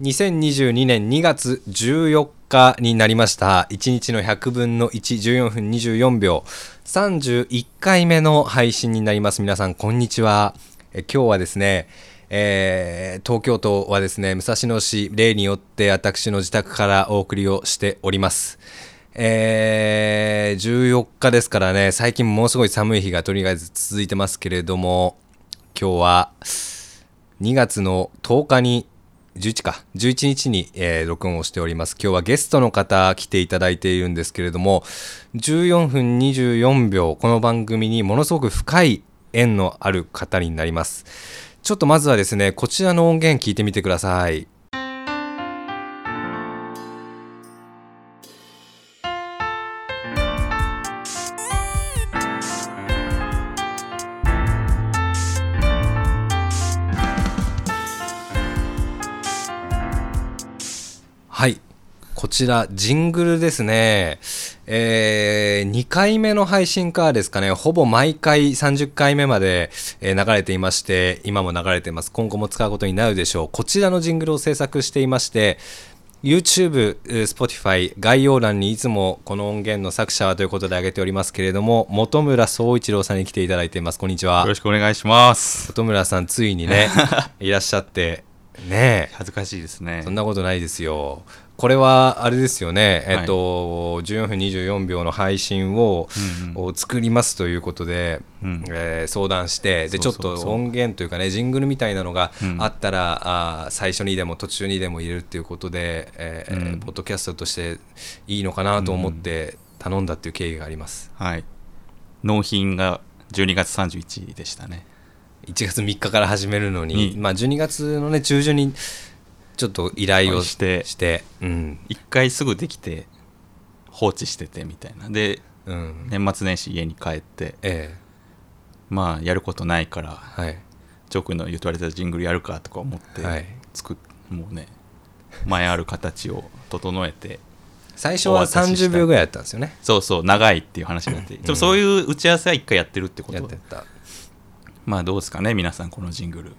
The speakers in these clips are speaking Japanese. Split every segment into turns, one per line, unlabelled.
2022年2月14日になりました1日の100分の114分24秒31回目の配信になります皆さんこんにちはえ今日はですね、えー東京都はですね武蔵野市例によって私の自宅からお送りをしておりますえー14日ですからね最近ものすごい寒い日がとりあえず続いてますけれども今日は2月の10日に11か11日に、えー録音をしております今日はゲストの方来ていただいているんですけれども14分24秒この番組にものすごく深い縁のある方になりますちょっとまずはですねこちらの音源聞いてみてくださいはい。こちら、ジングルですね。えー、2回目の配信からですかね、ほぼ毎回30回目まで、えー流れていまして、今も流れています。今後も使うことになるでしょう。こちらのジングルを制作していまして、YouTube、えー Spotify、概要欄にいつもこの音源の作者はということで挙げておりますけれども、本村総一郎さんに来ていただいています。こんにちは
よろ。しくお願いします。
本村さん、ついに ね、いらっしゃって、ねえ。
恥ずかしいですね
そん。なことないですよ。これはあれですよね、えっと14分24秒の配信を,、
うんうん
を作りますということで、
うん
えー相談してで
そうそうそう
ちょっと音源というかねジングルみたいなのが
うん
あったら、あー最初にでも途中にでも入れるっていうことで、えー
うん
ポッドキャストとしていいのかなと思って頼んだっていう経緯があります。
はい。納品が12月31日でしたね。
1月3日から始めるのに、
に
まあ、12月の、ね、中旬にちょっと依頼を
して
してうん
一回すぐできて放置しててみたいな。で、
うん
年末年始家に帰って、
ええ
まあやることないから、
はい
ジョー君の言われたジングルやるかとか思って
はい、
作っ、もうね、前ある形を整えて、
最初は
お渡しした
30秒ぐらいやったんですよね
そうそう、長いっていう話になって、でもそういう打ち合わせは一回やってるってこ
やっ
と
て。たい
まあどうですかね、皆さん、このジングル。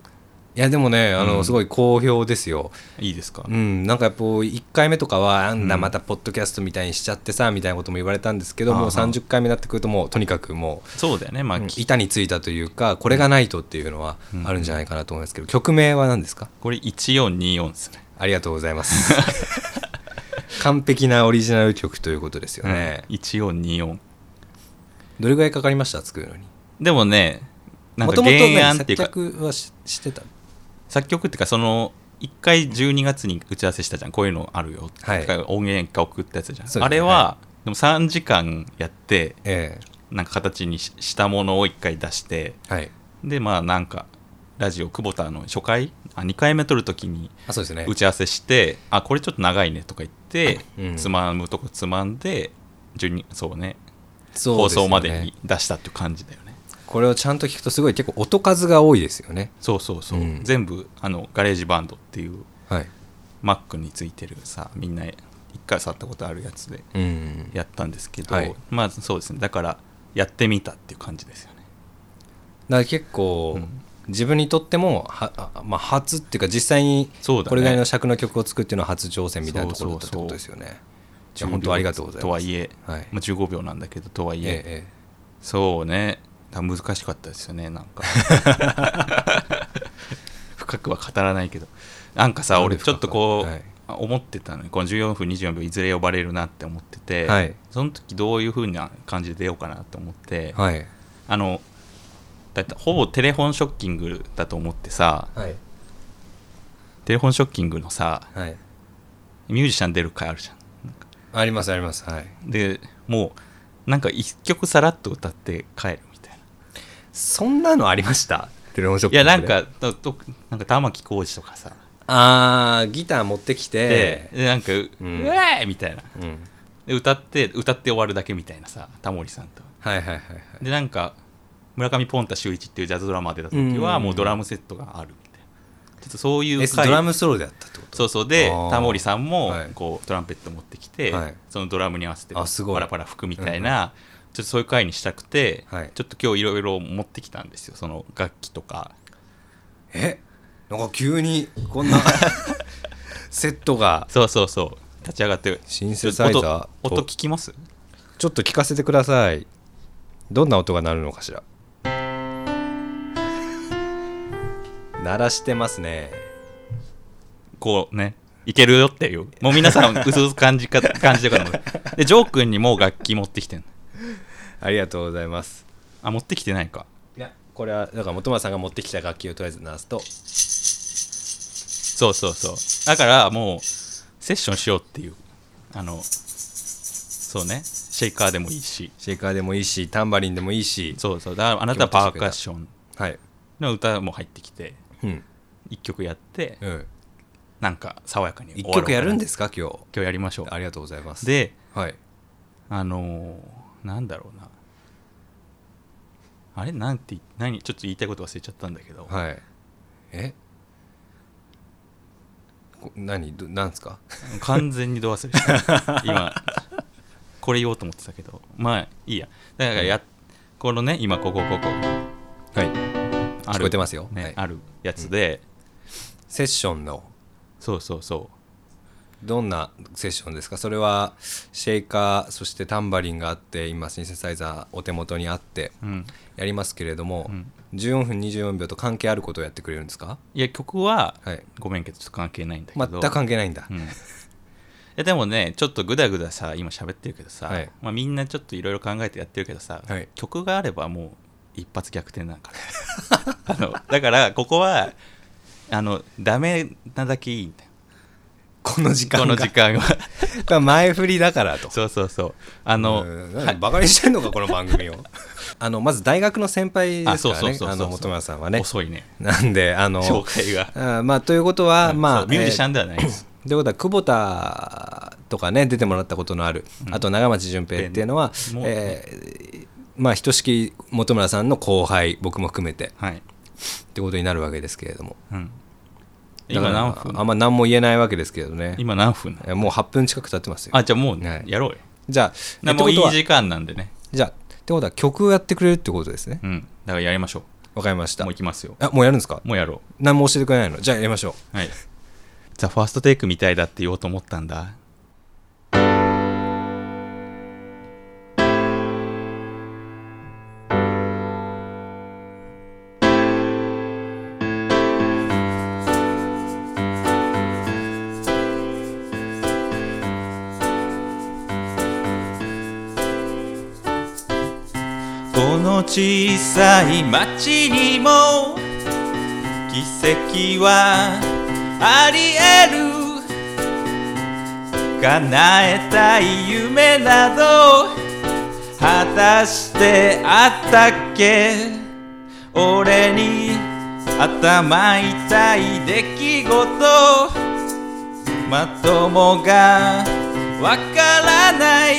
やでもねあの、
うん
すごい好評ですよ
いいですか
うんなんかやっぱ1回目とかはあんだ
うん
またポッドキャストみたいにしちゃってさみたいなことも言われたんですけど、
あー
もう30回目になってくるともうとにかくも
そうだよね、ま
う、
あ、
うん
き
板についたというかこれがないとっていうのは
うん
あるんじゃないかなと思いますけど、曲名は何ですか
これ1424ですね。
ありがとうございます 完璧なオリジナル曲ということですよね、
1424。
どれぐらいかかりました作るのに
でもね、なん
も
か
ともと
原
ね
案ってい
接
うか、
客はししてた
作曲っていうか、その、一回12月に打ち合わせしたじゃん、こういうのあるよ、
はい
だから音源一回送ったやつじゃん。
そうですね
あれは、でも3時間やって、
ええ
なんか形にししたものを一回出して、
はい
で、まあなんか、ラジオ、久保田の初回、あ2回目撮るときに
あそうですね
打ち合わせして、あ、これちょっと長いねとか言って、
うん
つまむとこつまんで、12そうね、
そう
放
すよ
送
ね
までに出したっていう感じだよね
これをちゃんと聞くとすごい結構音数が多いですよね
そうそうそう、
うん
全部あのガレージバンドっていう
はい
Mac についてるさみんな一回触ったことあるやつで
うん
やったんですけど、
はい
まあそうですねだからやってみたっていう感じですよね
だから結構、
うん
自分にとってもは、あまあ、初っていうか実際に
そうだね
これぐらいの尺の曲を作っていうのは初挑戦みたいなところだったってことですよねいや本当ありがとうございます
とはいえ、
はい
まあ、15秒なんだけどとはいえ
えええ
そうねだから難しかったですよねなんか 深くは語らないけどなんかさ
なんで
俺ちょっとこう、
深
思ってたのにこの14分24秒いずれ呼ばれるなって思ってて、
はい
その時どういう風な感じで出ようかなと思って、
えはい
あのだってほぼテレフォンショッキングだと思ってさ
はい
テレフォンショッキングのさ
はい
ミュージシャン出る回あるじゃ
ありますありますはい
んでもうなんか一曲さらっと歌って帰るみたいな
そんなのありましたテレフォンショッ
い
キン
や
グで
なんかととなんか玉置浩二とかさ
あーギター持ってき
で
て、
でなんか「う
うん
うわーい!」みたいな
うん、
で歌って歌って終わるだけみたいなさタモリさんと
はいはいはいはい
でなんか村上ポンタ秀一っていうジャズドラマー出た時は
うん
もうドラムセットがあるみたいなちょっとそういう
え
回
ドラムソロでやったってこと
そうそうで
あー
タモリさんも
はい
こうトランペット持ってきて、
はい
そのドラムに合わせて
あすごい
パラパラ吹くみたいな、ちょっとそういう回にしたくて、
はい
ちょっと今日いろいろ持ってきたんですよその楽器とか
えなんか急にこんな セットが
そうそうそう立ち上がって
シンセサイザーと
音音聞きます
ちょっと聞かせてくださいどんな音が鳴るのかしら鳴らしてますね
こうねいけるよっていうもう 皆さんうすうす感じか感じてるからでジョー君にもう楽器持ってきてんの
ありがとうございます
あ持ってきてないか
いやこれはだから本村さんが持ってきた楽器をとりあえず鳴らすと
そうそうそうだからもうセッションしようっていうあのそうねシェイカーでもいいし
シェイカーでもいいしタンバリンでもいいし
そうそうだからあなたはパーカッション
はい
の歌も入ってきて
うん、
1曲やって
うん、
なんか爽やかに終
1
わろう
曲やるんですすか今日
今日やりましょ
あ
う
りがとうございます
で
はい
あのーなんだろうなあれなんて何ちょっと言いたいこと忘れちゃったんだけど、
はいえこ何どなんですか
完全にど忘れした今これ言おうと思ってたけどまあいいやだからや、このね今ここここ
はい
あ
聞こえてますよ
ね
はい
あるやつで、
セッションの
そうそうそ
どんなセッションですかそれはシェイカーそしてタンバリンがあって今シンセサイザーお手元にあって
う、うん
やりますけれども、
うん
14分24秒と関係あることをやってくれるんですか
いや曲は
はい
ごめんけどちょっと関係ないんだけ
全
ど
く関係ないんだ、
うんいやでもねちょっとグダグダさ今喋ってるけどさ、
はい
まあ、みんなちょっといろいろ考えてやってるけどさ、
はい
曲があればもう一発逆転なんから あのだからここはあのダメなだけいいんだよ
この時間
この
が
時間
こ
は
れは前振りだからと
そうそうそうあの
うんなんかバカにしてんのかこの番 組をあのまず大学の先輩ですから
あそうそうそう
ね
そう
あの本村さんはね
遅いね
なんであの
紹介が、
あーまあということは、
うん
まあ
そうミュージシャ
ン、
ンではないです、
えーということは久保田とかね出てもらったことのある、
うん
あと長町淳平っていうのは、
もう
えーまあひとしきり本村さんの後輩僕も含めてっ
はい、
てことになるわけですけれども
うん、
だか
今
ら
何分
あんま何も言えないわけですけどね
今何分なの
えーもう8分近く経ってますよ
あじゃあもう
はい
やろうよ、
じゃあ
な
え
もう
っ
い
てこと
い
は
時間なんでね
じゃあってことは曲をやってくれるってことですね
うんだからやりましょ
わかりまし
う
た
もう行きますよ
あもうやるんですか
もうやろう
何も教えてくれないのじゃあやりましょう
はい。 ザ・ファーストテイクみたいだって言おうと思ったんだ。この小さい町にも奇跡はありえる叶えたい夢など果たしてあったっけ俺に頭痛い出来事まともがわからない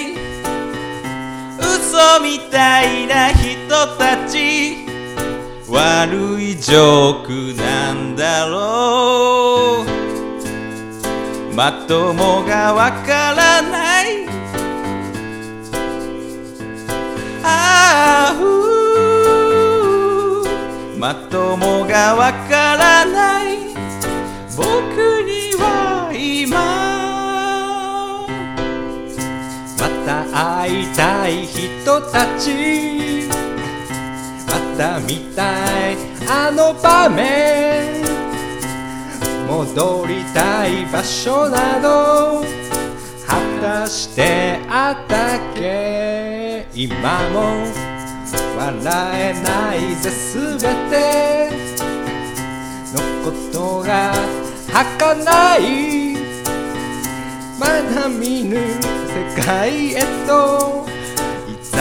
嘘みたいな人たち悪いジョークなんだろうまともがわからないああうーまともがわからない僕には今また会いたい人たちまた見たいあの場面戻りたい場所など果たしてあったっけ今も笑えないぜすべてのことが儚いまだ見ぬ世界へと誘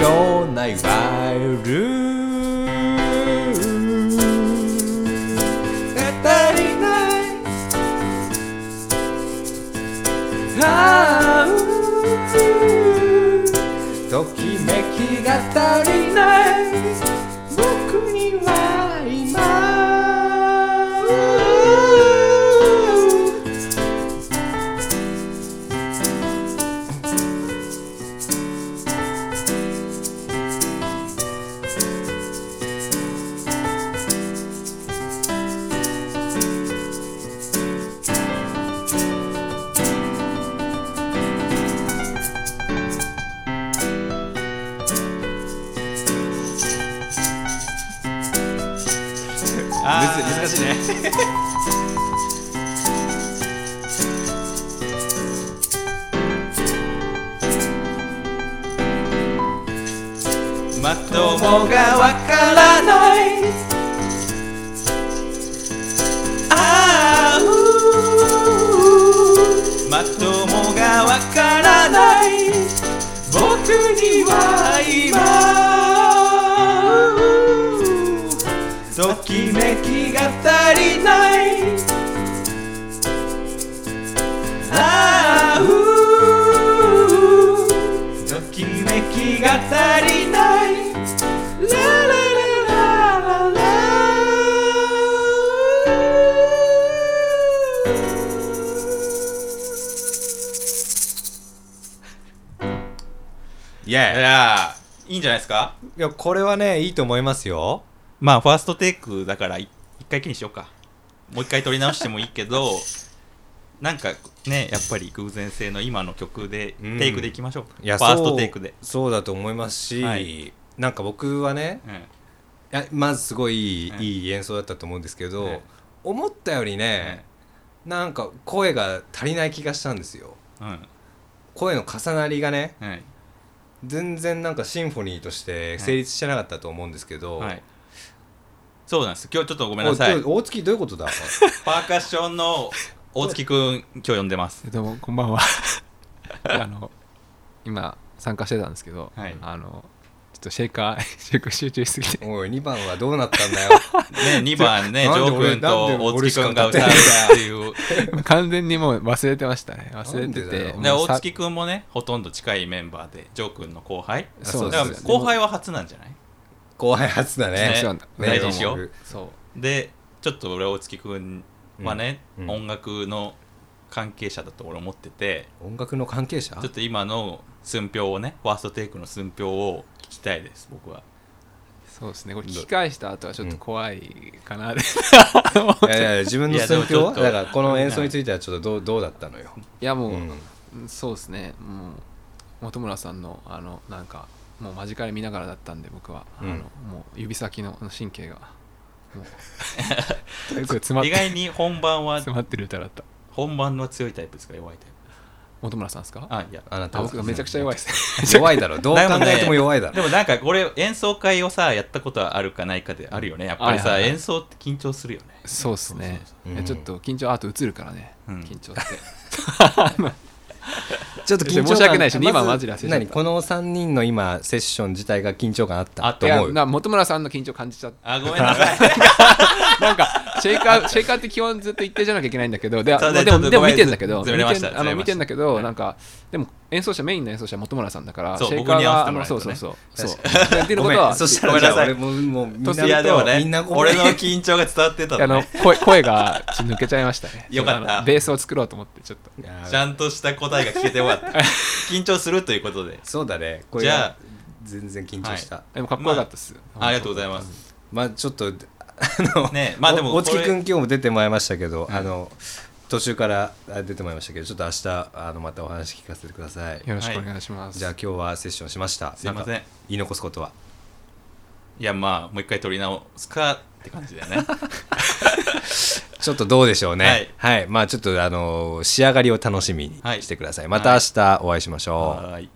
うようないわゆる語りないああうんときめきが足りない僕には今うんあー
難しいね
まともがわからないああうーまともがわからない僕には今ときめきが足りないああうーときめきが足りないララララララ
いや
いやーいいんじゃないですか
いやこれはねいいと思いますよ
まあファーストテイクだからい一回きにしようかもう一回撮り直してもいいけど なんかねやっぱり偶然性の今の曲で
うん
テイクでいきましょうか、
いや
ファース
そ
ト
う
テイクで、
そうだと思いますし、
はい
なんか僕はね
うん、
いやまずすごいいい,、
うん
いい演奏だったと思うんですけど、
うん
思ったよりね、なんか声が足りない気がしたんですよ
うん
声の重なりがね
はい
全然なんかシンフォニーとして成立してなかったと思うんですけど、
はいそうなんです今日ちょっとごめんなさ
お
い
今日大月どういう ことだ
パーカッションの大月くん今日呼んでます
どうもこんばんは あの今参加してたんですけど、
はい
あのちょっとシェイカーシェイク集中しすぎて
おい2番はどうなったんだ よ
ね、2番ね、ジ
なんで
ョ
俺
ー君と
なんで
大
俺
月
しか
君が歌うっていう。
完全にもう忘れてましたね忘れて
なんでだ
て
よ
ね、
もう
大
さ
月君もね、ほとんど近いメンバーで、ジョー君の後輩。
そう
だ
で
か
す
ら後輩は初なんじゃない
後輩初だね
ねそう
大事にしよう。
う
そう
で、ちょっと俺、大月君はね、
うん
音楽の関係者だと俺思ってて、
音楽の関係者
ちょっと今の寸評をね、ファーストテイクの寸評を聞きたいです、僕は。
そうですねこれ聞き返した後はちょっと怖いかな、 い
いやいや自分の
いやで
寸
もちょ
評
っと
だからこの演奏についてはちょっとどうどうだったのよ、
やもう、
うん
そうですねもう本村さんのあのなんかもう間近で見ながらだったんで僕は、
うん
あのもう指先の神経がもうすごい詰まっ
意
て
外に本番は、
詰まってる歌だった
本番は強いタイプですか、弱いタイプ。
本村さんですか
あ、いや。
あなた
あ
は
僕がめちゃくちゃ弱いですね
弱いだろどう考えても弱いだろ
でもなんかこれ演奏会をさやったことはあるかないかであるよねやっぱりさ、
はいはいはい
演奏って緊張するよね
そうっすね
そ
そう
うそう
いやちょっと緊張あと映るからね、
うん
緊 張って
ちょっと緊張感
申し訳ないし
まず
二番マジで忘れちゃった
何この3人の今セッション自体が緊張感あった
あっ
い
た
や
思う
な本村さんの緊張感じちゃっ
あごめんなさい
たなんかシェイカ ーシェイカーって基本ずっと一定じゃなきゃいけないんだけどで
そう
ま
ね
あでも
ちょっと
でも
ごめん
見てんだけど
ずれましたずれまし
見てん
た
あの見てんだけど、
はい
なんかでも演奏者メインの演奏者は本村さんだから
そう
シェイカー
僕に合わせて
があ
もら
の
えると
そう
ね
そうそ
確
うそう
か
っていうこと
ごめ
は
んそした
ご
ら
めん
じゃ
な
あ
さい
俺ももうみんない
や
いやでもね
みんなごめ
俺
ん
の緊張が伝わってた
あ
の
の
ね
声声がちょっと抜けちゃいましたね
よかった
あのベースを作ろうと思ってちょっと
いや
ちゃんとした答えが聞けてよかった緊張するということで
そうだねこれ
じゃあ
全然緊張した、
は
でもかっこよかったっす、
ありがとうございます
まあちょっとあの
ねまあでも
お大月
これ
君今日も出てもらいましたけど、あの途中からあ出てもらいましたけどちょっと明日あのまたお話聞かせてください
よろしくお願いします、
じゃあ今日はセッションしました
すいません
なか言い残すことはい
やまあもう一回撮り直すかって感じだよね
ちょっとどうでしょうね。 はい。まあちょっとあの仕上がりを楽しみにしてください。また明日お会いしましょう。
はーい